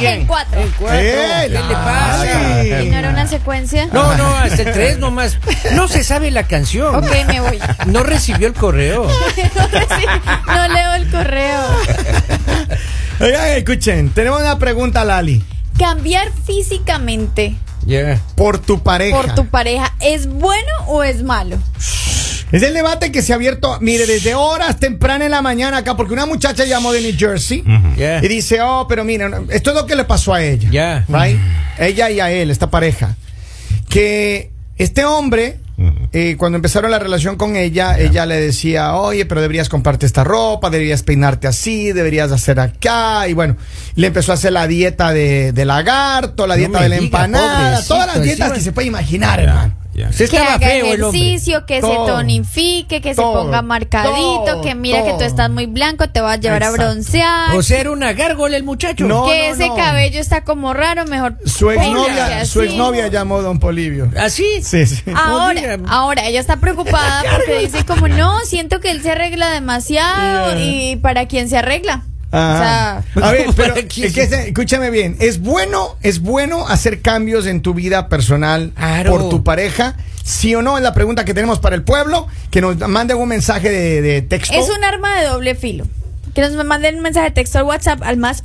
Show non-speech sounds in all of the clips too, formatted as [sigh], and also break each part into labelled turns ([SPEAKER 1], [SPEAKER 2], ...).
[SPEAKER 1] en cuatro.
[SPEAKER 2] ¿Qué le pasa?
[SPEAKER 1] ¿Y no era una secuencia?
[SPEAKER 2] No, no, hasta el tres nomás. No se sabe la canción.
[SPEAKER 1] Ok, me voy. [laughs]
[SPEAKER 2] No recibió el correo.
[SPEAKER 1] Sí, no leo el correo.
[SPEAKER 3] Oigan, escuchen, tenemos una pregunta, Lali.
[SPEAKER 1] ¿Cambiar físicamente
[SPEAKER 2] Yeah.
[SPEAKER 3] Por tu pareja.
[SPEAKER 1] por tu pareja es bueno o es malo?
[SPEAKER 3] Es el debate que se ha abierto, mire, desde horas tempranas en la mañana acá, porque una muchacha llamó de New Jersey
[SPEAKER 2] Yeah.
[SPEAKER 3] y dice, oh, pero mira, no, esto es lo que le pasó a ella.
[SPEAKER 2] Yeah.
[SPEAKER 3] Right? Ella y a él, esta pareja. Que este hombre, eh, cuando empezaron la relación con ella, ella le decía, oye, pero deberías comprarte esta ropa, deberías peinarte así, deberías hacer acá. Y bueno, le empezó a hacer la dieta de, de lagarto, la
[SPEAKER 2] No
[SPEAKER 3] dieta
[SPEAKER 2] me
[SPEAKER 3] de la
[SPEAKER 2] diga,
[SPEAKER 3] empanada, todas las
[SPEAKER 2] pobrecito,
[SPEAKER 3] dietas
[SPEAKER 2] encima-
[SPEAKER 3] que se puede imaginar, hermano.
[SPEAKER 4] Ya.
[SPEAKER 2] Sí
[SPEAKER 1] que
[SPEAKER 2] estaba
[SPEAKER 1] haga
[SPEAKER 2] feo el hombre.
[SPEAKER 1] ejercicio, que
[SPEAKER 3] Todo.
[SPEAKER 1] se tonifique, que
[SPEAKER 3] Todo.
[SPEAKER 1] se ponga marcadito,
[SPEAKER 3] Todo.
[SPEAKER 1] que mira que
[SPEAKER 3] Todo.
[SPEAKER 1] tú estás muy blanco, te vas a llevar
[SPEAKER 3] Exacto.
[SPEAKER 1] a broncear.
[SPEAKER 2] O sea, era una gárgola el muchacho.
[SPEAKER 3] No.
[SPEAKER 1] que ese
[SPEAKER 3] no.
[SPEAKER 1] cabello está como raro, mejor.
[SPEAKER 3] Su
[SPEAKER 1] peínate
[SPEAKER 3] exnovia,
[SPEAKER 1] así.
[SPEAKER 3] su exnovia llamó Don Polivio.
[SPEAKER 2] ¿Así?
[SPEAKER 3] Sí, sí.
[SPEAKER 1] Ahora,
[SPEAKER 2] Oiga.
[SPEAKER 1] ahora ella
[SPEAKER 3] [laughs]
[SPEAKER 1] está preocupada porque dice como no, siento que él se arregla demasiado y para quién se arregla.
[SPEAKER 3] Ajá.
[SPEAKER 1] O sea,
[SPEAKER 3] Ah. a
[SPEAKER 1] [laughs]
[SPEAKER 3] ver, pero
[SPEAKER 2] ¿Para qué?
[SPEAKER 3] es que se- escúchame bien, es bueno, es bueno hacer cambios en tu vida personal
[SPEAKER 2] Claro.
[SPEAKER 3] por tu pareja, sí o no es la pregunta que tenemos para el pueblo, que nos manden un mensaje de, de texto.
[SPEAKER 1] es un arma de doble filo. Que nos manden un mensaje de texto al WhatsApp al más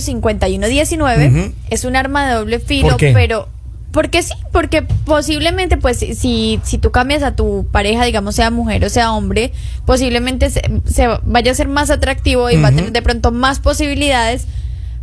[SPEAKER 1] 1-302-858-5119. Es un arma de doble filo,
[SPEAKER 3] ¿Por qué?
[SPEAKER 1] pero... Porque sí, porque posiblemente, pues, si- si, si tú cambias a tu pareja, digamos, sea mujer o sea hombre, posiblemente se, se vaya a ser más atractivo y va a tener de pronto más posibilidades.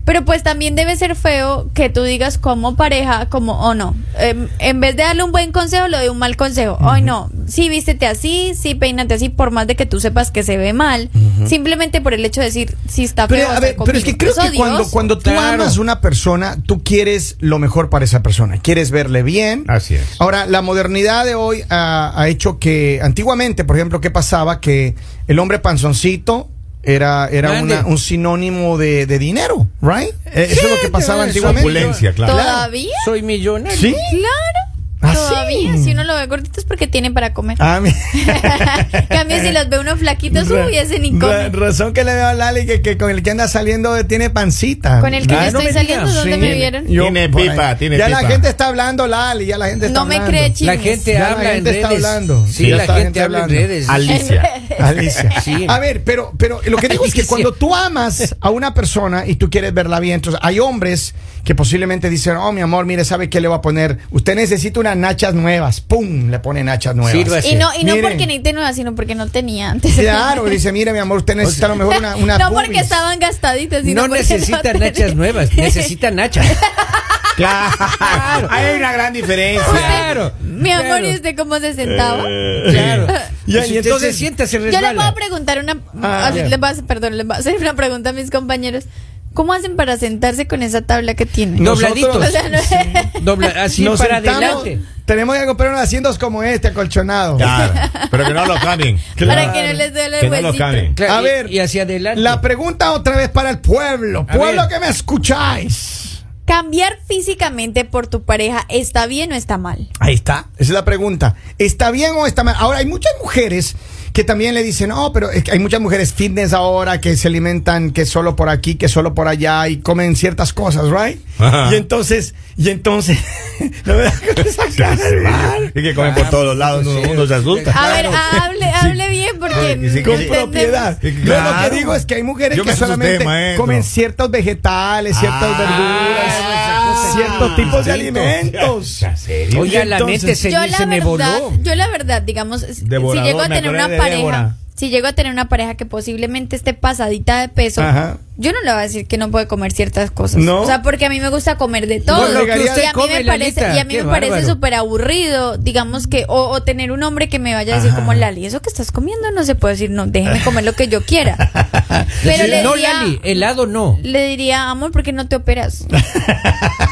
[SPEAKER 1] Pero pues también debe ser feo que tú digas como pareja, como, o no, em, en vez de darle un buen consejo, le doy un mal consejo. Ay, no, sí, vístete así, sí, peínate así, por más de que tú sepas que se ve mal, simplemente por el hecho de decir, si está feo,
[SPEAKER 3] pero, a
[SPEAKER 1] está
[SPEAKER 3] ver, pero es que
[SPEAKER 1] conmigo.
[SPEAKER 3] creo
[SPEAKER 1] Eso,
[SPEAKER 3] que cuando,
[SPEAKER 1] Dios.
[SPEAKER 3] cuando tú
[SPEAKER 2] Claro.
[SPEAKER 3] amas a una persona, tú quieres lo mejor para esa persona, quieres verle bien.
[SPEAKER 4] Así es.
[SPEAKER 3] Ahora, la modernidad de hoy ha, ha hecho que, antiguamente, por ejemplo, ¿qué pasaba? Que el hombre panzoncito era, era
[SPEAKER 2] Grande.
[SPEAKER 3] una- un sinónimo de, de dinero, ¿right? Eh, Eso es lo que pasaba
[SPEAKER 2] Sí,
[SPEAKER 3] antiguamente.
[SPEAKER 4] Opulencia, claro.
[SPEAKER 1] ¿Todavía?
[SPEAKER 2] Soy millonario.
[SPEAKER 3] ¿Sí?
[SPEAKER 1] Claro.
[SPEAKER 3] ¿Ah, sí?
[SPEAKER 1] Todavía, si uno lo ve gordito es porque tienen para comer.
[SPEAKER 3] Ah, mi-
[SPEAKER 1] En [laughs] cambio, si los ve uno flaquitos, uy, ese ni
[SPEAKER 3] Ra-
[SPEAKER 1] come.
[SPEAKER 3] razón que le veo a Lali que, que con el que anda saliendo eh, tiene pancita.
[SPEAKER 1] Con el que
[SPEAKER 2] Ah,
[SPEAKER 1] yo
[SPEAKER 2] no
[SPEAKER 1] estoy
[SPEAKER 2] me
[SPEAKER 1] saliendo,
[SPEAKER 2] digas,
[SPEAKER 1] ¿dónde
[SPEAKER 2] sí.
[SPEAKER 1] me vieron?
[SPEAKER 3] Yo-
[SPEAKER 4] Tiene
[SPEAKER 3] por ahí.
[SPEAKER 4] pipa, tiene
[SPEAKER 3] ya
[SPEAKER 4] pipa.
[SPEAKER 3] la gente está hablando, Lali, ya la gente está
[SPEAKER 1] No me
[SPEAKER 3] hablando.
[SPEAKER 1] cree, chico.
[SPEAKER 2] La gente
[SPEAKER 3] Ya la
[SPEAKER 2] habla en
[SPEAKER 3] gente
[SPEAKER 2] redes.
[SPEAKER 3] está hablando.
[SPEAKER 2] Sí,
[SPEAKER 3] Sí,
[SPEAKER 2] la,
[SPEAKER 3] está
[SPEAKER 2] gente,
[SPEAKER 3] gente
[SPEAKER 2] habla en
[SPEAKER 3] hablando.
[SPEAKER 2] redes.
[SPEAKER 4] Alicia.
[SPEAKER 3] [laughs]
[SPEAKER 1] [laughs]
[SPEAKER 3] Alicia.
[SPEAKER 2] Sí.
[SPEAKER 3] A ver, pero, pero lo que digo es que
[SPEAKER 2] Alicia.
[SPEAKER 3] cuando tú amas a una persona y tú quieres verla bien, entonces hay hombres que posiblemente dicen, oh, mi amor, mire, ¿sabe qué le voy a poner? Usted necesita unas nachas nuevas. ¡Pum! Le pone nachas nuevas.
[SPEAKER 2] Sirva-
[SPEAKER 1] Y no, y no
[SPEAKER 3] Miren.
[SPEAKER 1] porque necesite nueva, sino porque no tenía antes.
[SPEAKER 3] Claro, dice, mire, mi amor, usted necesita a lo mejor
[SPEAKER 2] [laughs]
[SPEAKER 3] una, una
[SPEAKER 1] [laughs] no porque
[SPEAKER 3] pubis".
[SPEAKER 1] estaban gastaditas, sino
[SPEAKER 2] No
[SPEAKER 1] porque
[SPEAKER 2] necesitan
[SPEAKER 1] no
[SPEAKER 2] nachas
[SPEAKER 1] tenía. [laughs]
[SPEAKER 2] nuevas, necesitan nachas.
[SPEAKER 4] Claro. Hay una gran diferencia.
[SPEAKER 2] Claro.
[SPEAKER 1] Mi amor, ¿y usted cómo se sentaba?
[SPEAKER 4] Eh,
[SPEAKER 2] Claro.
[SPEAKER 3] Y- y
[SPEAKER 2] Y, entonces
[SPEAKER 3] entonces-
[SPEAKER 2] sienta, se
[SPEAKER 1] Yo les voy a
[SPEAKER 2] resbala.
[SPEAKER 1] preguntar una.
[SPEAKER 3] Ah,
[SPEAKER 1] así,
[SPEAKER 3] ya.
[SPEAKER 1] les voy a hacer- perdón, les voy a hacer una pregunta a mis compañeros. ¿Cómo hacen para sentarse con esa tabla que tienen?
[SPEAKER 3] No.
[SPEAKER 2] Dobladitos.
[SPEAKER 3] Nosotros-
[SPEAKER 1] O sea, no-
[SPEAKER 2] Dobla- así
[SPEAKER 3] Nos
[SPEAKER 2] para
[SPEAKER 3] sentamos,
[SPEAKER 2] adelante.
[SPEAKER 3] Tenemos que comprar unos asientos como este, acolchonado.
[SPEAKER 4] Claro. Pero que no lo
[SPEAKER 3] [laughs]
[SPEAKER 4] cambien.
[SPEAKER 1] [laughs] Para que no les duele
[SPEAKER 4] Que
[SPEAKER 1] el
[SPEAKER 4] no lo
[SPEAKER 1] huesito.
[SPEAKER 4] cambien.
[SPEAKER 2] Claro,
[SPEAKER 3] A
[SPEAKER 2] y-
[SPEAKER 3] ver,
[SPEAKER 2] Y hacia adelante.
[SPEAKER 3] La pregunta otra vez para el pueblo.
[SPEAKER 2] A
[SPEAKER 3] Pueblo
[SPEAKER 2] ver.
[SPEAKER 3] que me escucháis.
[SPEAKER 1] ¿Cambiar físicamente por tu pareja está bien o está mal?
[SPEAKER 3] Ahí está. Esa es la pregunta. ¿Está bien o está mal? Ahora, hay muchas mujeres que también le dicen, no, pero es que hay muchas mujeres fitness ahora que se alimentan que solo por aquí, que solo por allá y comen ciertas cosas, ¿right?
[SPEAKER 4] Ajá.
[SPEAKER 3] Y entonces, y entonces, [laughs] la verdad con esa cara, hermano.
[SPEAKER 4] Es que comen por todos lados, uno, uno se asusta.
[SPEAKER 1] A ver,
[SPEAKER 2] Claro.
[SPEAKER 1] hable, hable bien porque.
[SPEAKER 4] Ay, que sí,
[SPEAKER 1] no
[SPEAKER 4] que
[SPEAKER 3] con
[SPEAKER 4] sí.
[SPEAKER 1] entendemos.
[SPEAKER 3] propiedad.
[SPEAKER 4] Sí,
[SPEAKER 3] No, Lo
[SPEAKER 4] claro.
[SPEAKER 3] que digo es que hay mujeres
[SPEAKER 4] Yo me
[SPEAKER 3] que
[SPEAKER 4] asusté,
[SPEAKER 3] solamente
[SPEAKER 4] maestro.
[SPEAKER 3] comen ciertos vegetales, ciertas
[SPEAKER 4] Ah,
[SPEAKER 3] verduras,
[SPEAKER 2] esas cosas
[SPEAKER 3] ciertos
[SPEAKER 2] que-
[SPEAKER 3] tipos de
[SPEAKER 2] Distinto.
[SPEAKER 3] alimentos.
[SPEAKER 4] ¿En serio?
[SPEAKER 2] Oiga, la
[SPEAKER 3] entonces-
[SPEAKER 2] mente se,
[SPEAKER 1] yo la
[SPEAKER 2] se me
[SPEAKER 1] verdad,
[SPEAKER 2] voló.
[SPEAKER 1] yo la verdad, digamos, si-
[SPEAKER 4] Devorador,
[SPEAKER 1] si llego a
[SPEAKER 4] me
[SPEAKER 1] tener
[SPEAKER 4] acordé
[SPEAKER 1] una
[SPEAKER 4] de
[SPEAKER 1] pareja,
[SPEAKER 4] Débora.
[SPEAKER 1] si llego a tener una pareja que posiblemente esté pasadita de peso,
[SPEAKER 3] Ajá.
[SPEAKER 1] yo no le voy a decir que no puede comer ciertas cosas,
[SPEAKER 3] No.
[SPEAKER 1] o sea, porque a mí me gusta comer de todo,
[SPEAKER 3] Bueno, lo que
[SPEAKER 1] y
[SPEAKER 3] usted
[SPEAKER 1] a mí
[SPEAKER 2] come,
[SPEAKER 1] me parece,
[SPEAKER 2] Lalita,
[SPEAKER 1] y a mí
[SPEAKER 2] qué
[SPEAKER 1] me parece
[SPEAKER 2] bárbaro.
[SPEAKER 1] súper aburrido, digamos que o, o tener un hombre que me vaya a decir como Lali, eso que estás comiendo no se puede decir, no, déjeme comer lo que yo
[SPEAKER 2] [laughs]
[SPEAKER 1] quiera, pero
[SPEAKER 2] Sí,
[SPEAKER 1] le
[SPEAKER 2] no,
[SPEAKER 1] diría,
[SPEAKER 2] Lali, helado no.
[SPEAKER 1] le diría, amor, ¿por qué no te operas?
[SPEAKER 2] [laughs]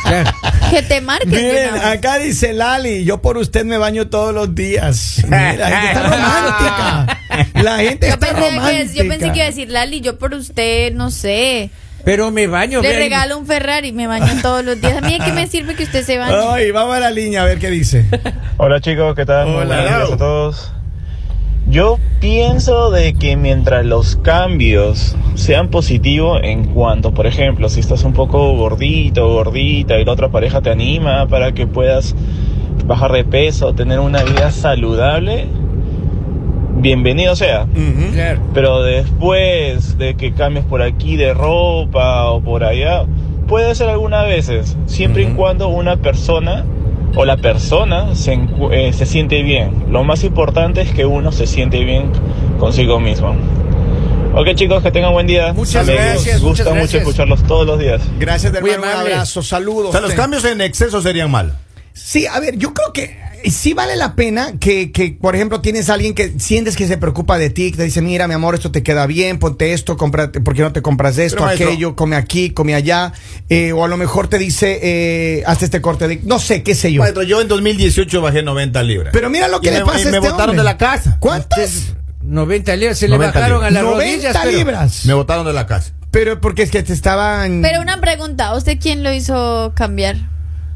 [SPEAKER 2] Claro.
[SPEAKER 1] que te [laughs] marques. de
[SPEAKER 3] Miren,
[SPEAKER 1] una vez.
[SPEAKER 3] acá dice Lali, yo por usted me baño todos los días. Mira, la gente
[SPEAKER 1] [laughs]
[SPEAKER 3] está romántica. La gente
[SPEAKER 1] Yo
[SPEAKER 3] está
[SPEAKER 1] pensé, que,
[SPEAKER 3] romántica.
[SPEAKER 1] yo pensé que iba a decir Lali, yo por usted, no sé.
[SPEAKER 2] Pero me baño.
[SPEAKER 1] Le
[SPEAKER 2] vean.
[SPEAKER 1] regalo un Ferrari, me baño todos los días. A mí, ¿de qué me sirve que usted se bañe?
[SPEAKER 3] Ay, vamos a la línea a ver qué dice.
[SPEAKER 5] Hola chicos, ¿qué tal? Muy
[SPEAKER 3] Hola.
[SPEAKER 5] buenos días a todos. Yo pienso de que mientras los cambios sean positivos en cuanto, por ejemplo, si estás un poco gordito o gordita y la otra pareja te anima para que puedas bajar de peso, tener una vida saludable, bienvenido sea.
[SPEAKER 2] Claro.
[SPEAKER 5] Pero después de que cambies por aquí de ropa o por allá, puede ser algunas veces, siempre y cuando una persona o la persona se, encu- eh, se siente bien. Lo más importante es que uno se siente bien consigo mismo. Ok chicos, que tengan buen día.
[SPEAKER 2] Muchas
[SPEAKER 5] Me
[SPEAKER 2] gracias,
[SPEAKER 5] gusta
[SPEAKER 2] muchas
[SPEAKER 5] mucho
[SPEAKER 2] gracias.
[SPEAKER 5] escucharlos todos los días.
[SPEAKER 3] Gracias,
[SPEAKER 2] Muy
[SPEAKER 3] hermano. Un
[SPEAKER 2] amable.
[SPEAKER 3] abrazo. Saludos.
[SPEAKER 4] O sea, los cambios en exceso serían mal.
[SPEAKER 3] Sí, a ver, yo creo que eh, sí vale la pena que, que, por ejemplo, tienes a alguien que sientes que se preocupa de ti, que te dice, mira, mi amor, esto te queda bien, ponte esto, cómprate, ¿por qué no te compras esto,
[SPEAKER 4] Pero, maestro-
[SPEAKER 3] aquello, come aquí, come allá? Eh, o a lo mejor te dice, eh, hazte este corte de... No sé, qué sé yo.
[SPEAKER 4] Maestro, yo en 2018 bajé 90 libras.
[SPEAKER 3] Pero mira lo que
[SPEAKER 4] Y
[SPEAKER 3] le
[SPEAKER 4] me-
[SPEAKER 3] pasa
[SPEAKER 4] y
[SPEAKER 3] a
[SPEAKER 4] me
[SPEAKER 3] este
[SPEAKER 4] botaron
[SPEAKER 3] hombre.
[SPEAKER 4] de la casa.
[SPEAKER 3] ¿Cuántas?
[SPEAKER 2] 90 libras se
[SPEAKER 4] 90
[SPEAKER 2] le bajaron a las
[SPEAKER 3] 90
[SPEAKER 2] rodillas. pero-
[SPEAKER 3] libras.
[SPEAKER 4] Me botaron de la casa.
[SPEAKER 3] Pero porque es que te estaban...
[SPEAKER 1] Pero una pregunta, ¿a ¿usted quién lo hizo cambiar?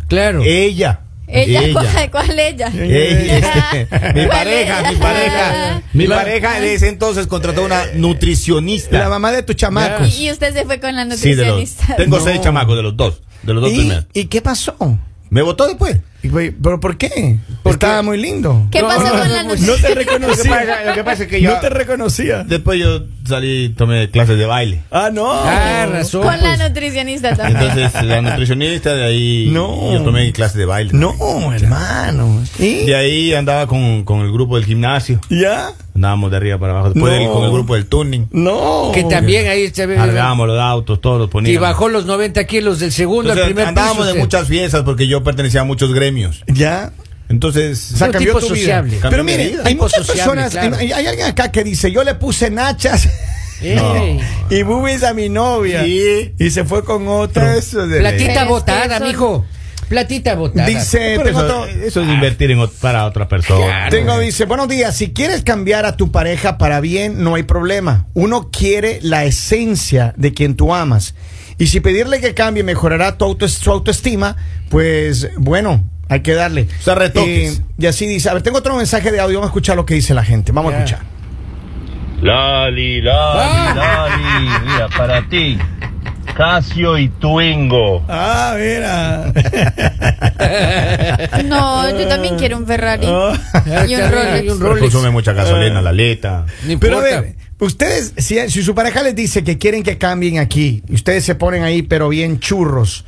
[SPEAKER 2] Claro.
[SPEAKER 3] Eh,
[SPEAKER 4] Ella.
[SPEAKER 1] ¿Ella? [laughs] ¿Cuál, cuál ella?
[SPEAKER 4] Ella. este, mi
[SPEAKER 1] ¿Cuál
[SPEAKER 4] pareja, mi
[SPEAKER 1] ella?
[SPEAKER 4] pareja. Mi
[SPEAKER 2] La-
[SPEAKER 4] pareja en ese entonces contrató una
[SPEAKER 3] La
[SPEAKER 4] nutricionista.
[SPEAKER 3] mamá de tu chamaco.
[SPEAKER 1] Y, y usted se fue con la
[SPEAKER 4] Sí, de los,
[SPEAKER 1] nutricionista.
[SPEAKER 4] tengo seis chamacos de los dos. De los dos
[SPEAKER 3] ¿Y,
[SPEAKER 4] primeros.
[SPEAKER 3] ¿Y qué pasó?
[SPEAKER 4] Me votó después.
[SPEAKER 3] Y, güey, ¿Pero por qué? Estaba muy lindo.
[SPEAKER 1] [laughs] ¿Qué pasó con la nutricionista?
[SPEAKER 4] te reconocí.
[SPEAKER 2] Lo que pasa es que yo.
[SPEAKER 3] reconocía.
[SPEAKER 4] Después yo salí, tomé clases de baile.
[SPEAKER 3] Ah, no.
[SPEAKER 2] Ah, razón.
[SPEAKER 1] Con la
[SPEAKER 2] pues.
[SPEAKER 1] nutricionista también.
[SPEAKER 4] Entonces, la nutricionista de ahí.
[SPEAKER 3] No.
[SPEAKER 4] Yo tomé clases de baile.
[SPEAKER 3] No, hermano. ¿Y?
[SPEAKER 4] De ahí andaba con, con el grupo del gimnasio.
[SPEAKER 3] ¿Ya?
[SPEAKER 4] Andábamos de arriba para abajo. Después
[SPEAKER 3] No.
[SPEAKER 4] del- con el grupo del tuning.
[SPEAKER 3] No.
[SPEAKER 2] Que también ahí está.
[SPEAKER 4] Cargábamos los autos, todos los
[SPEAKER 2] Y
[SPEAKER 4] poníamos.
[SPEAKER 2] bajó los 90 kilos del segundo
[SPEAKER 4] Entonces,
[SPEAKER 2] al primer piso.
[SPEAKER 4] andábamos de
[SPEAKER 2] usted.
[SPEAKER 4] muchas fiestas porque yo pertenecía a muchos gremios.
[SPEAKER 3] ¿Ya?
[SPEAKER 4] Entonces,
[SPEAKER 3] O sea,
[SPEAKER 2] Un
[SPEAKER 3] cambió
[SPEAKER 2] tipo
[SPEAKER 3] tu vida.
[SPEAKER 2] sociable.
[SPEAKER 3] Pero
[SPEAKER 4] Cambió mi
[SPEAKER 3] mire,
[SPEAKER 4] vida.
[SPEAKER 3] hay
[SPEAKER 2] Tipo
[SPEAKER 3] muchas
[SPEAKER 2] sociable,
[SPEAKER 3] personas.
[SPEAKER 2] claro.
[SPEAKER 3] Hay, hay alguien acá que dice: Yo le puse nachas [laughs]
[SPEAKER 2] Ey.
[SPEAKER 3] y boobies a mi novia.
[SPEAKER 4] Sí.
[SPEAKER 3] Y se fue con otra. Eso de
[SPEAKER 1] Pero
[SPEAKER 2] Platita
[SPEAKER 1] es que
[SPEAKER 2] botada,
[SPEAKER 1] eso-
[SPEAKER 2] mijo. Platita botada.
[SPEAKER 3] Dice:
[SPEAKER 4] Pero
[SPEAKER 3] tengo
[SPEAKER 4] eso,
[SPEAKER 3] to-
[SPEAKER 4] eso es invertir en ot- para otra persona.
[SPEAKER 3] Tengo, dice, buenos días, si quieres cambiar a tu pareja para bien, no hay problema. Uno quiere la esencia de quien tú amas. Y si pedirle que cambie mejorará tu, auto, su autoestima, pues bueno, hay que darle. Eh,
[SPEAKER 4] O sea, retoques.
[SPEAKER 3] y así dice, a ver, tengo otro mensaje de audio, vamos a escuchar lo que dice la gente, vamos a
[SPEAKER 2] Ya.
[SPEAKER 3] escuchar.
[SPEAKER 5] Lali,
[SPEAKER 2] Ah.
[SPEAKER 5] Lali, Lali, mira, para ti, Casio y
[SPEAKER 2] [laughs]
[SPEAKER 5] Twingo.
[SPEAKER 3] Ah, mira.
[SPEAKER 1] No, yo también quiero un Ferrari.
[SPEAKER 4] Oh.
[SPEAKER 1] Y un
[SPEAKER 2] Y Ah, un
[SPEAKER 1] Rolex.
[SPEAKER 4] Pero
[SPEAKER 2] Rolex.
[SPEAKER 4] consume mucha gasolina,
[SPEAKER 3] Eh.
[SPEAKER 4] la aleta.
[SPEAKER 2] No
[SPEAKER 3] [laughs] Pero a
[SPEAKER 2] importa.
[SPEAKER 3] ver, ustedes, si, si su pareja les dice que quieren que cambien aquí, y ustedes se ponen ahí, pero bien churros,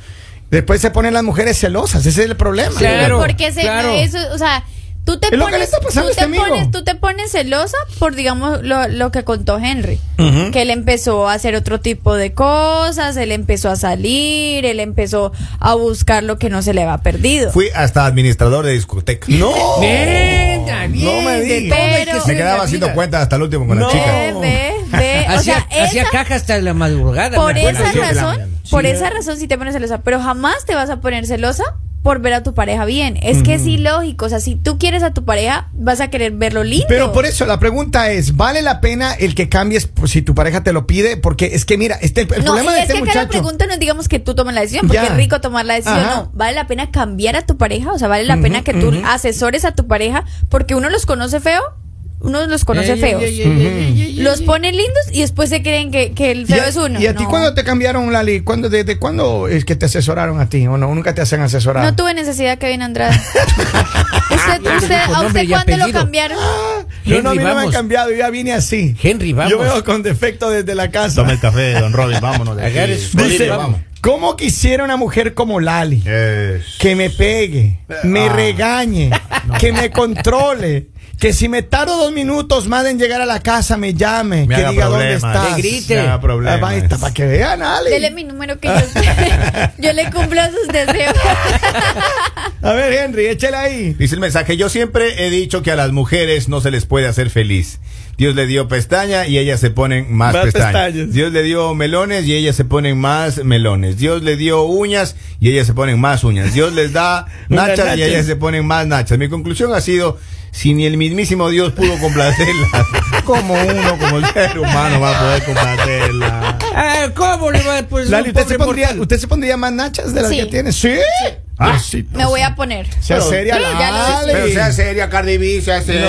[SPEAKER 3] después se ponen las mujeres celosas, ese es el problema.
[SPEAKER 2] Sí. Claro,
[SPEAKER 1] porque se,
[SPEAKER 2] claro.
[SPEAKER 1] eso, o sea, tú te
[SPEAKER 3] Es lo que
[SPEAKER 1] pones,
[SPEAKER 3] le está pasando a
[SPEAKER 1] tú,
[SPEAKER 3] este
[SPEAKER 1] te
[SPEAKER 3] amigo.
[SPEAKER 1] pones tú te pones celosa por digamos lo, lo que contó Henry, que él empezó a hacer otro tipo de cosas, él empezó a salir, él empezó a buscar lo que no se le había perdido.
[SPEAKER 4] Fui hasta administrador de discoteca.
[SPEAKER 3] No.
[SPEAKER 2] Venga, bien,
[SPEAKER 3] No me
[SPEAKER 2] de
[SPEAKER 3] digas.
[SPEAKER 2] todo hay que
[SPEAKER 1] Pero-
[SPEAKER 2] hacer
[SPEAKER 4] Me
[SPEAKER 2] en
[SPEAKER 4] quedaba
[SPEAKER 2] la
[SPEAKER 4] haciendo
[SPEAKER 2] vida.
[SPEAKER 4] cuentas hasta el último con
[SPEAKER 3] No.
[SPEAKER 4] la chica.
[SPEAKER 1] Ve, ve,
[SPEAKER 3] [laughs]
[SPEAKER 1] ve, Eh, o
[SPEAKER 2] Hacía,
[SPEAKER 1] sea,
[SPEAKER 2] hacía
[SPEAKER 1] esa-
[SPEAKER 2] caja hasta la madrugada.
[SPEAKER 1] por
[SPEAKER 2] me acuerdo.
[SPEAKER 1] esa
[SPEAKER 4] yo de la
[SPEAKER 1] razón,
[SPEAKER 4] mañana.
[SPEAKER 1] por esa razón sí te pones celosa, pero jamás te vas a poner celosa por ver a tu pareja bien. Es que es ilógico, o sea, si tú quieres a tu pareja, vas a querer verlo lindo.
[SPEAKER 3] Pero por eso la pregunta es, ¿vale la pena el que cambies pues, si tu pareja te lo pide? Porque es que mira, este, el
[SPEAKER 1] No,
[SPEAKER 3] problema
[SPEAKER 1] y
[SPEAKER 3] de
[SPEAKER 1] es
[SPEAKER 3] este
[SPEAKER 1] que acá la
[SPEAKER 3] muchacho.
[SPEAKER 1] pregunta no es digamos que tú tomas la decisión, porque
[SPEAKER 3] Ya.
[SPEAKER 1] es rico tomar la decisión,
[SPEAKER 3] Ajá.
[SPEAKER 1] no. Vale la pena cambiar a tu pareja, o sea, vale la pena que tú asesores a tu pareja, porque uno los conoce feo, uno los conoce
[SPEAKER 2] Ey, ey,
[SPEAKER 1] feos.
[SPEAKER 2] ey, ey, ey, ey, ey,
[SPEAKER 1] Los
[SPEAKER 2] ey.
[SPEAKER 1] pone lindos y después se creen que, que el
[SPEAKER 3] ¿Y
[SPEAKER 1] feo
[SPEAKER 3] a,
[SPEAKER 1] es uno.
[SPEAKER 3] y a ti
[SPEAKER 1] No.
[SPEAKER 3] cuándo te cambiaron, Lali? ¿Cuándo, ¿Desde cuándo es que te asesoraron a ti? ¿O no? ¿Nunca te hacen asesorar?
[SPEAKER 1] No tuve necesidad, Kevin
[SPEAKER 3] [laughs]
[SPEAKER 1] Andrade.
[SPEAKER 3] Pues
[SPEAKER 1] usted,
[SPEAKER 2] Ya
[SPEAKER 1] usted-
[SPEAKER 2] dijo
[SPEAKER 1] ¿A
[SPEAKER 2] nombre
[SPEAKER 1] usted
[SPEAKER 2] y
[SPEAKER 1] cuándo lo
[SPEAKER 2] apellido.
[SPEAKER 1] cambiaron?
[SPEAKER 3] Yo no, a
[SPEAKER 2] Henry,
[SPEAKER 3] mí no me han
[SPEAKER 2] vamos.
[SPEAKER 3] cambiado, yo ya vine así.
[SPEAKER 2] Henry, vamos.
[SPEAKER 3] Yo veo con defecto desde la casa.
[SPEAKER 4] Toma el café, don Robin, vámonos. de aquí.
[SPEAKER 2] Agarre su-
[SPEAKER 4] Bolivia,
[SPEAKER 3] Dice,
[SPEAKER 4] vamos.
[SPEAKER 3] ¿cómo quisiera una mujer como Lali?
[SPEAKER 4] Es-
[SPEAKER 3] que me pegue, me
[SPEAKER 4] Ah. [laughs]
[SPEAKER 3] regañe, que me controle, que si me tardo dos minutos más en llegar a la casa me llame,
[SPEAKER 4] Me
[SPEAKER 3] que
[SPEAKER 4] haga
[SPEAKER 3] diga dónde
[SPEAKER 4] problemas.
[SPEAKER 3] estás. Ah,
[SPEAKER 2] Le grite.
[SPEAKER 4] Me haga problemas.
[SPEAKER 3] para que vean, Ale.
[SPEAKER 1] Dele mi número que yo, [laughs] yo le cumplo sus deseos. [laughs]
[SPEAKER 3] A ver, Henry, échale ahí.
[SPEAKER 4] Dice el mensaje, yo siempre he dicho que a las mujeres no se les puede hacer feliz. Dios le dio pestaña y ellas se ponen más,
[SPEAKER 3] Más
[SPEAKER 4] pestañas.
[SPEAKER 3] pestañas.
[SPEAKER 4] Dios le dio melones y ellas se ponen más melones. Dios le dio uñas y ellas se ponen más uñas. Dios les da
[SPEAKER 3] [laughs] Una
[SPEAKER 4] nachas
[SPEAKER 3] nacha.
[SPEAKER 4] y ellas se ponen más nachas. Mi conclusión ha sido, si ni el mismísimo Dios pudo
[SPEAKER 3] [laughs]
[SPEAKER 4] complacerlas, como uno, como el ser humano va a poder complacerlas?
[SPEAKER 2] Ah, ¿Cómo le va? Pues, un
[SPEAKER 3] Lali, ¿usted
[SPEAKER 2] pobre
[SPEAKER 3] se, pondría,
[SPEAKER 2] mortal.
[SPEAKER 3] ¿usted se pondría más nachas de las
[SPEAKER 1] Sí.
[SPEAKER 3] que tiene? ¿Sí?
[SPEAKER 4] Ah, sí.
[SPEAKER 1] Me voy a poner.
[SPEAKER 3] Sea
[SPEAKER 4] Pero-
[SPEAKER 3] seria,
[SPEAKER 1] Sí, ya lo
[SPEAKER 3] dale.
[SPEAKER 4] Pero sea seria, Cardi B, sea seria.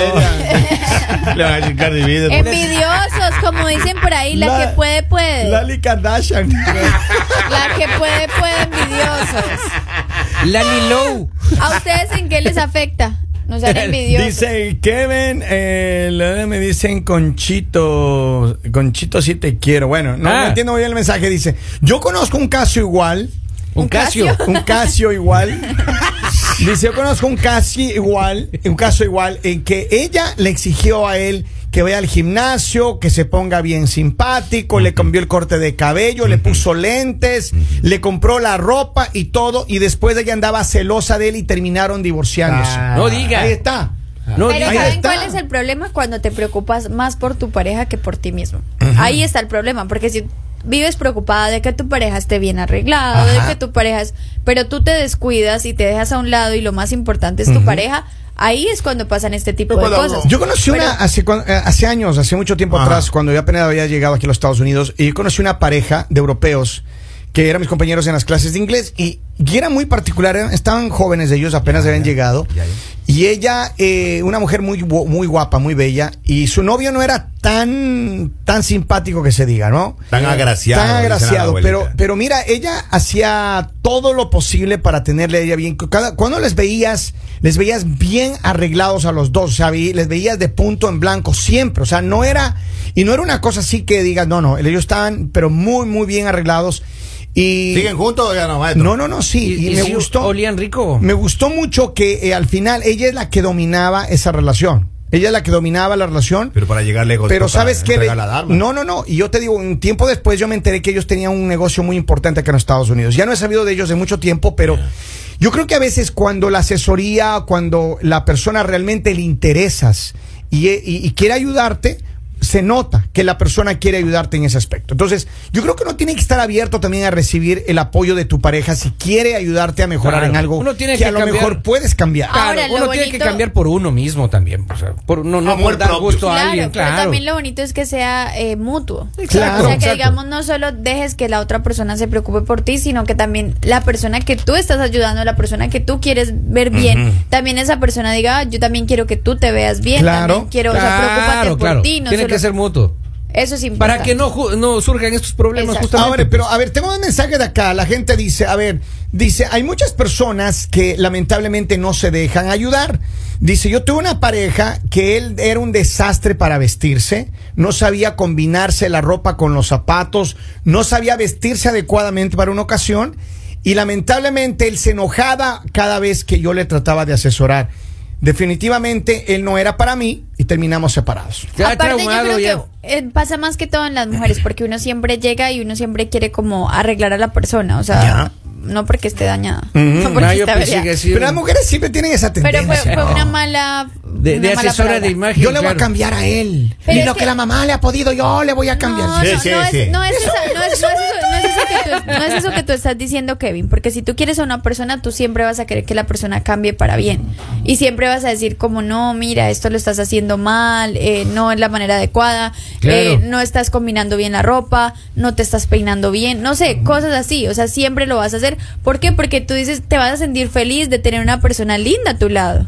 [SPEAKER 4] Le van a decir
[SPEAKER 1] [laughs]
[SPEAKER 4] Cardi B. después-
[SPEAKER 1] Envidiosos, como dicen por ahí, la,
[SPEAKER 3] La-
[SPEAKER 1] que puede, puede. La,
[SPEAKER 3] Lali Kardashian.
[SPEAKER 1] que puede, puede, envidiosos.
[SPEAKER 2] Lali Low.
[SPEAKER 1] ¿A ustedes en qué les afecta? No sean
[SPEAKER 3] [laughs]
[SPEAKER 1] envidiosos.
[SPEAKER 3] Dice Kevin, eh, luego me dicen Conchito, Conchito sí te quiero. Bueno, no,
[SPEAKER 2] Ah.
[SPEAKER 3] no entiendo muy bien el mensaje. Dice, yo conozco un caso igual,
[SPEAKER 2] Un Casio.
[SPEAKER 3] un Casio igual. Dice, yo conozco un Casio igual, un caso igual, en que ella le exigió a él que vaya al gimnasio, que se ponga bien simpático, le cambió el corte de cabello, le puso lentes, le compró la ropa y todo, y después ella andaba celosa de él y terminaron divorciándose.
[SPEAKER 2] Ah. No diga.
[SPEAKER 3] Ahí está.
[SPEAKER 2] No, diga.
[SPEAKER 1] Pero
[SPEAKER 3] ahí
[SPEAKER 1] ¿saben
[SPEAKER 3] está.
[SPEAKER 1] cuál es el problema? Cuando te preocupas más por tu pareja que por ti mismo. Ahí está el problema, porque si vives preocupada de que tu pareja esté bien arreglado, de que tu pareja es... Pero tú te descuidas y te dejas a un lado y lo más importante es tu pareja, ahí es cuando pasan este tipo
[SPEAKER 4] Pero
[SPEAKER 1] de
[SPEAKER 4] cuando-
[SPEAKER 1] cosas.
[SPEAKER 3] Yo conocí una hace, cuan- eh, hace años, hace mucho tiempo
[SPEAKER 4] Ajá.
[SPEAKER 3] atrás, cuando yo apenas había llegado aquí a los Estados Unidos, y yo conocí una pareja de europeos que eran mis compañeros en las clases de inglés y, y era muy particular, eran- estaban jóvenes ellos, apenas habían llegado.
[SPEAKER 4] ya, ya.
[SPEAKER 3] Y ella, eh, una mujer muy, gu- muy guapa, muy bella, y su novio no era tan, tan simpático que se diga, ¿no?
[SPEAKER 4] Tan agraciado,
[SPEAKER 3] Tan
[SPEAKER 4] dicen a la
[SPEAKER 3] agraciado,
[SPEAKER 4] abuelita.
[SPEAKER 3] pero, pero mira, ella hacía todo lo posible para tenerle a ella bien. Cada, cuando les veías, les veías bien arreglados a los dos, o sea, vi- les veías de punto en blanco siempre, o sea, no era, y no era una cosa así que digas, no, no, ellos estaban, pero muy, muy bien arreglados. Y
[SPEAKER 4] ¿Siguen juntos o ya no, maestro?
[SPEAKER 3] no, no, no, sí, y, me
[SPEAKER 2] si
[SPEAKER 3] gustó.
[SPEAKER 2] Olían rico.
[SPEAKER 3] Me gustó mucho que eh, al final ella es la que dominaba esa relación. Ella es la que dominaba la relación.
[SPEAKER 4] Pero para llegar lejos.
[SPEAKER 3] Pero
[SPEAKER 4] para
[SPEAKER 3] sabes qué,
[SPEAKER 4] entregar la dama.
[SPEAKER 3] no, no, no. Y yo te digo, un tiempo después yo me enteré que ellos tenían un negocio muy importante acá en los Estados Unidos. Ya no he sabido de ellos de mucho tiempo, pero yo creo que a veces cuando la asesoría, cuando la persona realmente le interesas y, eh, y- y quiere ayudarte, se nota que la persona quiere ayudarte en ese aspecto. Entonces, yo creo que uno tiene que estar abierto también a recibir el apoyo de tu pareja si quiere ayudarte a mejorar
[SPEAKER 2] Claro.
[SPEAKER 3] en algo
[SPEAKER 2] Uno tiene que
[SPEAKER 3] a lo
[SPEAKER 2] cambiar.
[SPEAKER 3] mejor puedes cambiar.
[SPEAKER 1] Ah,
[SPEAKER 2] Claro,
[SPEAKER 1] Ahora, lo
[SPEAKER 2] uno tiene que
[SPEAKER 1] bonito-
[SPEAKER 2] cambiar por uno mismo también. O sea, por, no, no
[SPEAKER 4] Amor
[SPEAKER 2] por dar
[SPEAKER 4] propio.
[SPEAKER 2] gusto a
[SPEAKER 1] Claro,
[SPEAKER 2] alguien,
[SPEAKER 1] pero
[SPEAKER 2] claro.
[SPEAKER 1] también lo bonito es que sea eh, mutuo.
[SPEAKER 3] Exacto.
[SPEAKER 1] o sea, que
[SPEAKER 3] Exacto.
[SPEAKER 1] digamos, no solo dejes que la otra persona se preocupe por ti, sino que también la persona que tú estás ayudando, la persona que tú quieres ver bien, también esa persona diga, "Ah, yo también quiero que tú te veas bien,
[SPEAKER 3] Claro.
[SPEAKER 1] también quiero, o sea, preocúpate por ti. No
[SPEAKER 2] Tiene
[SPEAKER 1] solo-
[SPEAKER 2] que ser mutuo.
[SPEAKER 1] Eso es importante.
[SPEAKER 2] Para que no, ju- no surjan estos problemas
[SPEAKER 1] Exacto.
[SPEAKER 2] justamente.
[SPEAKER 3] A ver, pero
[SPEAKER 2] pues.
[SPEAKER 3] a ver, tengo un mensaje de acá. La gente dice, a ver, dice, hay muchas personas que lamentablemente no se dejan ayudar. Dice, yo tuve una pareja que él era un desastre para vestirse, no sabía combinarse la ropa con los zapatos, no sabía vestirse adecuadamente para una ocasión y lamentablemente él se enojaba cada vez que yo le trataba de asesorar. Definitivamente él no era para mí y terminamos separados.
[SPEAKER 2] Ya
[SPEAKER 1] Aparte, yo
[SPEAKER 2] traumado,
[SPEAKER 1] creo
[SPEAKER 2] ya.
[SPEAKER 1] que eh, pasa más que todo en las mujeres, porque uno siempre llega y uno siempre quiere como arreglar a la persona, o sea,
[SPEAKER 3] Ya.
[SPEAKER 1] no porque esté dañada, [laughs] no porque
[SPEAKER 2] No, yo
[SPEAKER 1] esté
[SPEAKER 2] pensé
[SPEAKER 1] averiada.
[SPEAKER 2] que sí.
[SPEAKER 3] Pero las mujeres siempre tienen esa
[SPEAKER 1] Pero
[SPEAKER 3] tendencia.
[SPEAKER 1] fue, fue
[SPEAKER 2] no.
[SPEAKER 1] una mala.
[SPEAKER 2] De, de
[SPEAKER 1] una mala
[SPEAKER 2] asesora
[SPEAKER 1] palabra.
[SPEAKER 2] de imagen.
[SPEAKER 3] Yo le voy a
[SPEAKER 2] claro.
[SPEAKER 3] cambiar a él.
[SPEAKER 1] Pero
[SPEAKER 3] y
[SPEAKER 1] es
[SPEAKER 3] lo que...
[SPEAKER 1] que
[SPEAKER 3] la mamá le ha podido, yo le voy a cambiar.
[SPEAKER 1] No, no,
[SPEAKER 4] Sí,
[SPEAKER 1] no
[SPEAKER 4] sí, sí.
[SPEAKER 1] es- no es esa- no es- no es eso- no es eso que tú- no es eso que tú estás diciendo, Kevin. Porque si tú quieres a una persona, tú siempre vas a querer que la persona cambie para bien. Y siempre vas a decir, como no, mira, esto lo estás haciendo mal, eh, no es la manera adecuada,
[SPEAKER 2] Claro.
[SPEAKER 1] eh, no estás combinando bien la ropa, no te estás peinando bien, no sé, cosas así. O sea, siempre lo vas a hacer. ¿Por qué? Porque tú dices, te vas a sentir feliz de tener una persona linda a tu lado.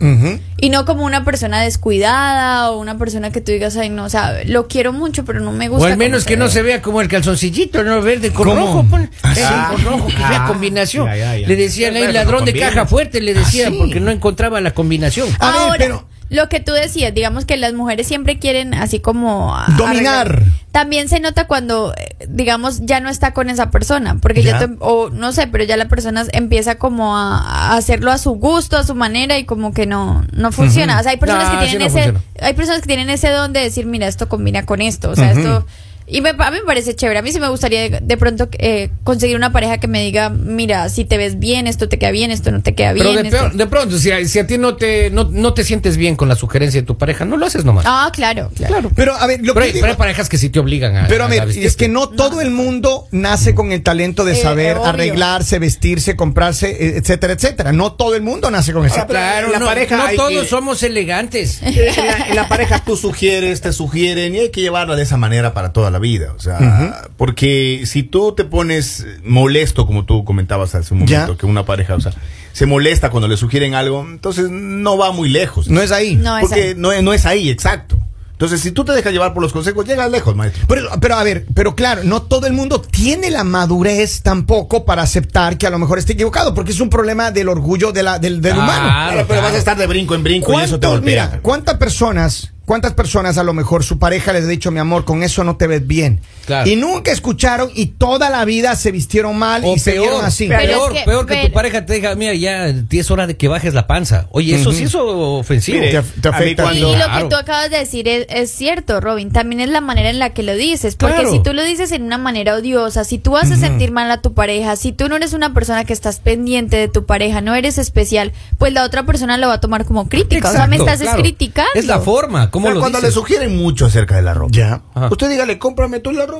[SPEAKER 1] Y no como una persona descuidada o una persona que tú digas, ay, no, o sea, lo quiero mucho, pero no me gusta.
[SPEAKER 2] O al
[SPEAKER 1] cómo
[SPEAKER 2] menos
[SPEAKER 1] se
[SPEAKER 2] que no
[SPEAKER 1] ve".
[SPEAKER 2] se vea como el calzoncillito, ¿no? Verde con
[SPEAKER 3] ¿Cómo?
[SPEAKER 2] rojo. pon.
[SPEAKER 3] Ah,
[SPEAKER 2] Eh,
[SPEAKER 4] sí. Ah,
[SPEAKER 2] con rojo, que fea combinación.
[SPEAKER 4] Ya, ya, ya.
[SPEAKER 2] Le decían ahí
[SPEAKER 4] Bueno,
[SPEAKER 2] ladrón de
[SPEAKER 4] combina.
[SPEAKER 2] caja fuerte, le decían,
[SPEAKER 4] Ah, sí.
[SPEAKER 2] porque no encontraba la combinación.
[SPEAKER 3] A ver,
[SPEAKER 1] Ahora,
[SPEAKER 3] pero-
[SPEAKER 1] lo que tú decías, digamos que las mujeres siempre quieren así como... a-
[SPEAKER 3] Dominar.
[SPEAKER 1] arreglar. También se nota cuando, eh, digamos, ya no está con esa persona, porque
[SPEAKER 3] Ya.
[SPEAKER 1] ya, te- o no sé, pero ya la persona empieza como a, a hacerlo a su gusto, a su manera y como que no no funciona. O sea, hay personas
[SPEAKER 2] No,
[SPEAKER 1] que
[SPEAKER 2] así
[SPEAKER 1] tienen
[SPEAKER 2] no
[SPEAKER 1] ese
[SPEAKER 2] funciona.
[SPEAKER 1] hay personas que tienen ese don de decir, mira, esto combina con esto, o sea, esto y me, a mí me parece chévere. A mí sí me gustaría de, de pronto eh, conseguir una pareja que me diga, mira, si te ves bien, esto te queda bien, esto no te queda bien.
[SPEAKER 2] Pero de,
[SPEAKER 1] esto-
[SPEAKER 2] peor- de pronto, si a, si a ti no te, no, no te sientes bien con la sugerencia de tu pareja, no lo haces nomás.
[SPEAKER 1] Ah, claro, claro.
[SPEAKER 3] Pero a ver, lo
[SPEAKER 2] pero,
[SPEAKER 3] que
[SPEAKER 2] hay,
[SPEAKER 3] digo-
[SPEAKER 2] pero este. hay parejas que sí te obligan a.
[SPEAKER 3] pero a ver,
[SPEAKER 2] vestirte.
[SPEAKER 3] es que no todo el mundo nace con el talento de
[SPEAKER 1] Eh,
[SPEAKER 3] saber
[SPEAKER 1] obvio.
[SPEAKER 3] arreglarse, vestirse, comprarse, eh, etcétera, etcétera. No todo el mundo nace con eso.
[SPEAKER 4] Ah, pero-
[SPEAKER 2] Claro,
[SPEAKER 4] la
[SPEAKER 2] no,
[SPEAKER 4] pareja
[SPEAKER 2] no
[SPEAKER 4] hay
[SPEAKER 2] todos
[SPEAKER 4] que- Eh,
[SPEAKER 2] somos elegantes.
[SPEAKER 4] En la, en la pareja tú sugieres, te sugieren y hay que llevarlo de esa manera para toda la la vida. O sea, porque si tú te pones molesto, como tú comentabas hace un
[SPEAKER 3] Ya.
[SPEAKER 4] momento, que una pareja, o sea, se molesta cuando le sugieren algo, entonces no va muy lejos.
[SPEAKER 3] No es ahí.
[SPEAKER 1] No. es
[SPEAKER 4] porque
[SPEAKER 1] ahí.
[SPEAKER 4] No, es- no es ahí, exacto. Entonces, si tú te dejas llevar por los consejos, llegas lejos, maestro.
[SPEAKER 3] Pero, pero a ver, pero claro, no todo el mundo tiene la madurez tampoco para aceptar que a lo mejor esté equivocado, porque es un problema del orgullo de la- del, del
[SPEAKER 2] Claro.
[SPEAKER 3] humano.
[SPEAKER 4] Claro, pero vas a estar de brinco en brinco y eso te
[SPEAKER 3] ¿Cuántos,
[SPEAKER 4] golpea.
[SPEAKER 3] mira, cuántas personas, cuántas personas a lo mejor su pareja les ha dicho, mi amor, con eso no te ves bien?
[SPEAKER 2] Claro.
[SPEAKER 3] Y nunca escucharon y toda la vida se vistieron mal
[SPEAKER 2] O
[SPEAKER 3] y se vieron
[SPEAKER 2] peor,
[SPEAKER 3] así.
[SPEAKER 1] Pero
[SPEAKER 2] peor,
[SPEAKER 1] es que-
[SPEAKER 2] peor que tu
[SPEAKER 1] pero-
[SPEAKER 2] pareja te diga, mira, ya es hora de que bajes la panza. Oye, eso sí es ofensivo.
[SPEAKER 4] Mire,
[SPEAKER 3] Te af- te
[SPEAKER 4] a mí
[SPEAKER 3] afecta.
[SPEAKER 4] cuando-
[SPEAKER 1] Y lo
[SPEAKER 2] Claro.
[SPEAKER 1] que tú acabas de decir es, es cierto, Robin. También es la manera en la que lo dices. Porque
[SPEAKER 2] Claro.
[SPEAKER 1] si tú lo dices en una manera odiosa, si tú haces sentir mal a tu pareja, si tú no eres una persona que estás pendiente de tu pareja, no eres especial, pues la otra persona lo va a tomar como crítica. o sea, me
[SPEAKER 2] Exacto,
[SPEAKER 1] estás es
[SPEAKER 2] claro.
[SPEAKER 1] criticando.
[SPEAKER 2] Es la forma, ¿cómo
[SPEAKER 4] Pero
[SPEAKER 2] lo
[SPEAKER 4] cuando
[SPEAKER 2] dices?
[SPEAKER 4] le sugieren mucho acerca de la ropa.
[SPEAKER 3] Ya.
[SPEAKER 2] Ajá.
[SPEAKER 4] Usted dígale, cómprame tú la ropa.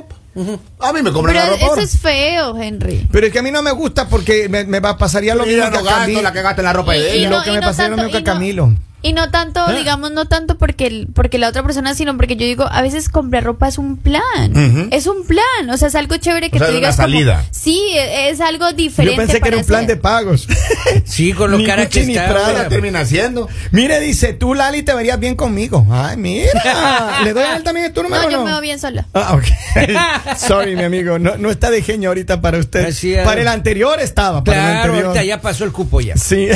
[SPEAKER 4] A mí me compran
[SPEAKER 1] Pero
[SPEAKER 4] la ropa.
[SPEAKER 1] eso
[SPEAKER 4] ahora.
[SPEAKER 1] es feo, Henry.
[SPEAKER 3] Pero es que a mí no me gusta porque me, me va, pasaría lo
[SPEAKER 4] Yo
[SPEAKER 3] mismo
[SPEAKER 4] ya
[SPEAKER 3] que
[SPEAKER 4] no
[SPEAKER 3] a
[SPEAKER 4] gasto
[SPEAKER 3] Camilo.
[SPEAKER 4] la que gasta en la ropa de
[SPEAKER 3] y
[SPEAKER 4] ella.
[SPEAKER 3] no- pues, lo que me pasó era lo mismo que a
[SPEAKER 1] y
[SPEAKER 3] Camilo. ¿Eh?
[SPEAKER 1] Y no tanto, digamos, no tanto porque, el- porque la otra persona, sino porque yo digo, a veces comprar ropa es un plan. Es un plan. O sea, es algo chévere que
[SPEAKER 4] sea,
[SPEAKER 1] tú
[SPEAKER 4] es una
[SPEAKER 1] digas. como,
[SPEAKER 4] salida.
[SPEAKER 1] sí, e, es es algo diferente.
[SPEAKER 3] Yo pensé que era
[SPEAKER 1] para
[SPEAKER 3] un plan
[SPEAKER 1] hacer.
[SPEAKER 3] de pagos.
[SPEAKER 1] [laughs]
[SPEAKER 2] Sí, con lo
[SPEAKER 3] Ni
[SPEAKER 2] cara
[SPEAKER 3] Gucci
[SPEAKER 2] que
[SPEAKER 3] ni
[SPEAKER 2] está.
[SPEAKER 3] Prada,
[SPEAKER 2] mira,
[SPEAKER 4] la termina haciendo.
[SPEAKER 3] Mire, dice, tú Lali te verías bien conmigo. Ay,
[SPEAKER 1] [laughs]
[SPEAKER 3] mira. ¿Le doy a él también tu número?
[SPEAKER 1] No,
[SPEAKER 3] o
[SPEAKER 1] yo me veo bien sola.
[SPEAKER 3] Ah, ok. [laughs] Sorry, mi amigo. No, no está de genio ahorita para usted.
[SPEAKER 2] Así es.
[SPEAKER 3] Para el anterior estaba. Para el
[SPEAKER 2] Claro,
[SPEAKER 3] anterior.
[SPEAKER 2] ahorita ya pasó el cupo ya.
[SPEAKER 3] Sí.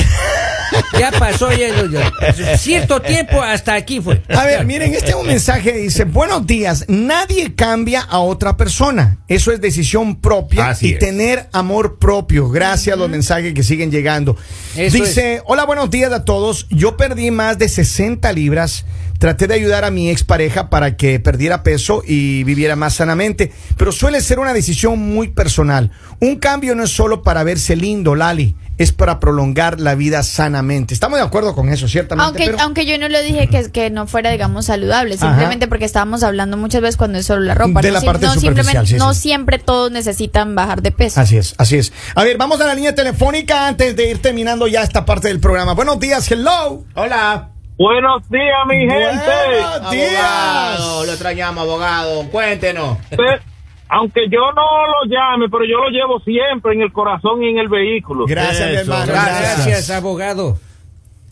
[SPEAKER 2] Ya pasó ya, ya- ya. Cierto tiempo hasta aquí fue.
[SPEAKER 3] A ver, miren, este es un mensaje. Dice, buenos días. Nadie cambia a otra persona. Eso es decisión propia
[SPEAKER 4] Así
[SPEAKER 3] y
[SPEAKER 4] es.
[SPEAKER 3] tener amor propio. Gracias a los mensajes que siguen llegando.
[SPEAKER 2] Eso
[SPEAKER 3] dice, hola, buenos días a todos. Yo perdí más de 60 libras. Traté de ayudar a mi expareja para que perdiera peso y viviera más sanamente, pero suele ser una decisión muy personal. Un cambio no es solo para verse lindo, Lali, es para prolongar la vida sanamente. Estamos de acuerdo con eso, ciertamente.
[SPEAKER 1] Aunque,
[SPEAKER 3] pero-
[SPEAKER 1] aunque yo no lo dije que, que no fuera, digamos, saludable, simplemente porque estábamos hablando muchas veces cuando es solo la ropa.
[SPEAKER 3] De
[SPEAKER 1] no
[SPEAKER 3] la
[SPEAKER 1] sim-
[SPEAKER 3] parte
[SPEAKER 1] no,
[SPEAKER 3] superficial,
[SPEAKER 1] simplemente-
[SPEAKER 3] sí, sí.
[SPEAKER 1] no siempre todos necesitan bajar de peso.
[SPEAKER 3] Así es, así es. A ver, vamos a la línea telefónica antes de ir terminando ya esta parte del programa. Buenos días, hello.
[SPEAKER 6] Hola.
[SPEAKER 7] Buenos días, mi gente.
[SPEAKER 3] Buenos días.
[SPEAKER 6] Abogado, lo extrañamos, abogado. Cuéntenos.
[SPEAKER 7] Usted, Este, aunque yo no lo llame, pero yo lo llevo siempre en el corazón y en el vehículo.
[SPEAKER 3] Gracias, mi
[SPEAKER 4] Eso,
[SPEAKER 3] hermano.
[SPEAKER 2] Gracias,
[SPEAKER 3] Gracias.
[SPEAKER 2] abogado.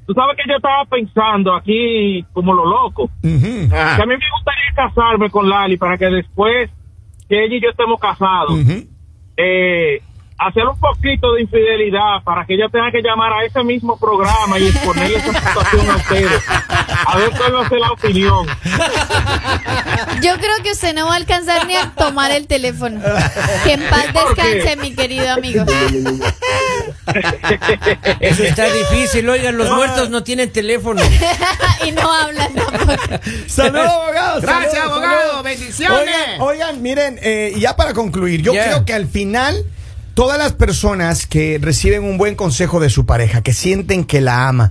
[SPEAKER 7] Tú sabes que yo estaba pensando aquí como lo loco.
[SPEAKER 3] Ujú.
[SPEAKER 4] Ah,
[SPEAKER 7] Que a mí me gustaría casarme con Lali para que después que ella y yo estemos casados, eh, hacer un poquito de infidelidad para que ella tenga que llamar a ese mismo programa y exponerle esa situación a ustedes. A ver cuál va a ser la opinión.
[SPEAKER 1] Yo creo que usted no va a alcanzar ni a tomar el teléfono. Que en paz
[SPEAKER 7] ¿Por qué?
[SPEAKER 1] descanse, mi querido amigo.
[SPEAKER 2] Eso está difícil. Oigan,
[SPEAKER 3] Ah.
[SPEAKER 2] los muertos no tienen
[SPEAKER 3] [laughs]
[SPEAKER 2] teléfono.
[SPEAKER 1] [laughs] y no hablan tampoco.
[SPEAKER 3] Saludos, abogado.
[SPEAKER 6] Gracias,
[SPEAKER 3] saludos,
[SPEAKER 6] abogado.
[SPEAKER 3] saludos.
[SPEAKER 6] Bendiciones.
[SPEAKER 3] Oigan, oigan, miren, eh, y ya para concluir, yo
[SPEAKER 2] Ya.
[SPEAKER 3] creo que al final. Todas las personas que reciben un buen consejo de su pareja, que sienten que la ama,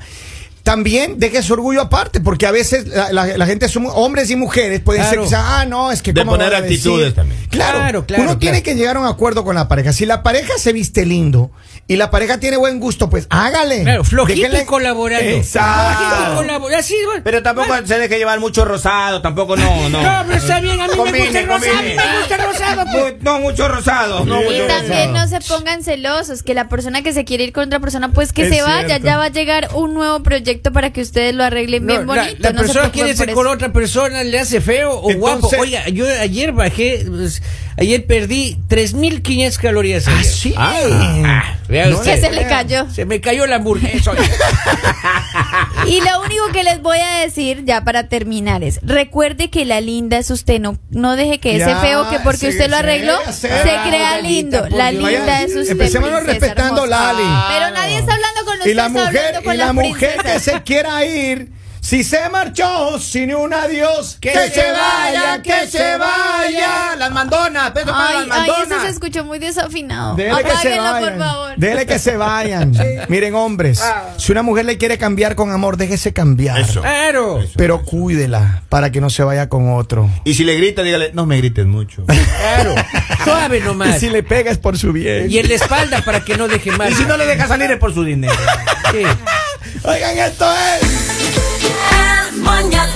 [SPEAKER 3] también deje su orgullo aparte, porque a veces la, la- la gente, asume- hombres y mujeres, pueden
[SPEAKER 2] Claro.
[SPEAKER 3] ser, quizá, ah, no, es que...
[SPEAKER 4] De
[SPEAKER 3] ¿cómo
[SPEAKER 4] poner
[SPEAKER 3] voy a decir?".
[SPEAKER 4] actitudes también.
[SPEAKER 3] Claro,
[SPEAKER 2] Claro, claro,
[SPEAKER 3] Uno tiene
[SPEAKER 2] claro.
[SPEAKER 3] que llegar a un acuerdo con la pareja. Si la pareja se viste lindo y la pareja tiene buen gusto, pues hágale.
[SPEAKER 2] Claro, flojito
[SPEAKER 3] Déjenle-
[SPEAKER 2] y colaborando. Flojito y
[SPEAKER 3] Exacto.
[SPEAKER 2] colabor- Así, bueno.
[SPEAKER 6] Pero tampoco se deje llevar mucho rosado, tampoco no, no.
[SPEAKER 2] No, pero está bien, a mí me gusta el rosado, a mí me gusta el rosado. pues.
[SPEAKER 6] Mu- No, mucho rosado. No, mucho
[SPEAKER 1] Y también
[SPEAKER 6] rosado.
[SPEAKER 1] no se pongan celosos, que la persona que se quiere ir con otra persona, pues que
[SPEAKER 3] Es
[SPEAKER 1] se vaya,
[SPEAKER 3] cierto.
[SPEAKER 1] ya va a llegar un nuevo proyecto para que ustedes lo arreglen bien
[SPEAKER 2] No,
[SPEAKER 1] bonito.
[SPEAKER 2] La, la
[SPEAKER 1] no se
[SPEAKER 2] persona
[SPEAKER 1] preocupen
[SPEAKER 2] quiere
[SPEAKER 1] por
[SPEAKER 2] ser
[SPEAKER 1] eso.
[SPEAKER 2] con otra persona, le hace feo o guapo.
[SPEAKER 3] Entonces-
[SPEAKER 2] Oiga, yo ayer bajé, pues, ayer perdí 3.500 calorías.
[SPEAKER 3] Ah,
[SPEAKER 2] ayer.
[SPEAKER 3] sí.
[SPEAKER 2] Ah, vea
[SPEAKER 3] No
[SPEAKER 2] usted.
[SPEAKER 1] Que se le cayó.
[SPEAKER 2] Se me cayó la hamburguesa. oiga.
[SPEAKER 1] Y lo único que les voy a decir ya para terminar es, recuerde que la linda es usted, no, no deje que ese
[SPEAKER 3] Ya,
[SPEAKER 1] feo que porque
[SPEAKER 3] sí,
[SPEAKER 1] usted lo
[SPEAKER 3] sí,
[SPEAKER 1] arregló
[SPEAKER 3] ya sé.
[SPEAKER 1] se crea
[SPEAKER 2] Ay,
[SPEAKER 1] lindo.
[SPEAKER 2] bendita,
[SPEAKER 1] La
[SPEAKER 2] por Dios.
[SPEAKER 1] linda es usted.
[SPEAKER 3] Empecemos
[SPEAKER 1] princesa
[SPEAKER 3] respetando,
[SPEAKER 1] hermosa.
[SPEAKER 3] Lali.
[SPEAKER 1] Pero nadie está hablando con usted,
[SPEAKER 3] Y la
[SPEAKER 1] está
[SPEAKER 3] mujer,
[SPEAKER 1] hablando con
[SPEAKER 3] y la mujer que
[SPEAKER 1] princesa.
[SPEAKER 3] se quiera ir, si se marchó sin un adiós, que, se vaya, que se vaya.
[SPEAKER 6] Las mandonas, peso para
[SPEAKER 1] Ay,
[SPEAKER 6] las
[SPEAKER 1] ay, eso se
[SPEAKER 6] mandonas.
[SPEAKER 1] escuchó muy desafinado.
[SPEAKER 3] Dele que se
[SPEAKER 1] Apáguenlo,
[SPEAKER 3] vayan.
[SPEAKER 1] por favor.
[SPEAKER 3] Dele que se [laughs] vayan. Miren, hombres, si una mujer le quiere cambiar con amor, déjese cambiar.
[SPEAKER 4] Eso.
[SPEAKER 2] Claro.
[SPEAKER 3] Pero cuídela para que no se vaya con otro.
[SPEAKER 4] Y si le grita, dígale, no me grites mucho. [laughs]
[SPEAKER 2] Claro. Suave nomás.
[SPEAKER 6] [laughs]
[SPEAKER 3] Y si le pegas por su bien.
[SPEAKER 2] Y en la espalda para que no deje mal.
[SPEAKER 6] Y si no le deja salir es por su dinero.
[SPEAKER 2] Sí.
[SPEAKER 3] Oigan, esto es.
[SPEAKER 8] El mañanero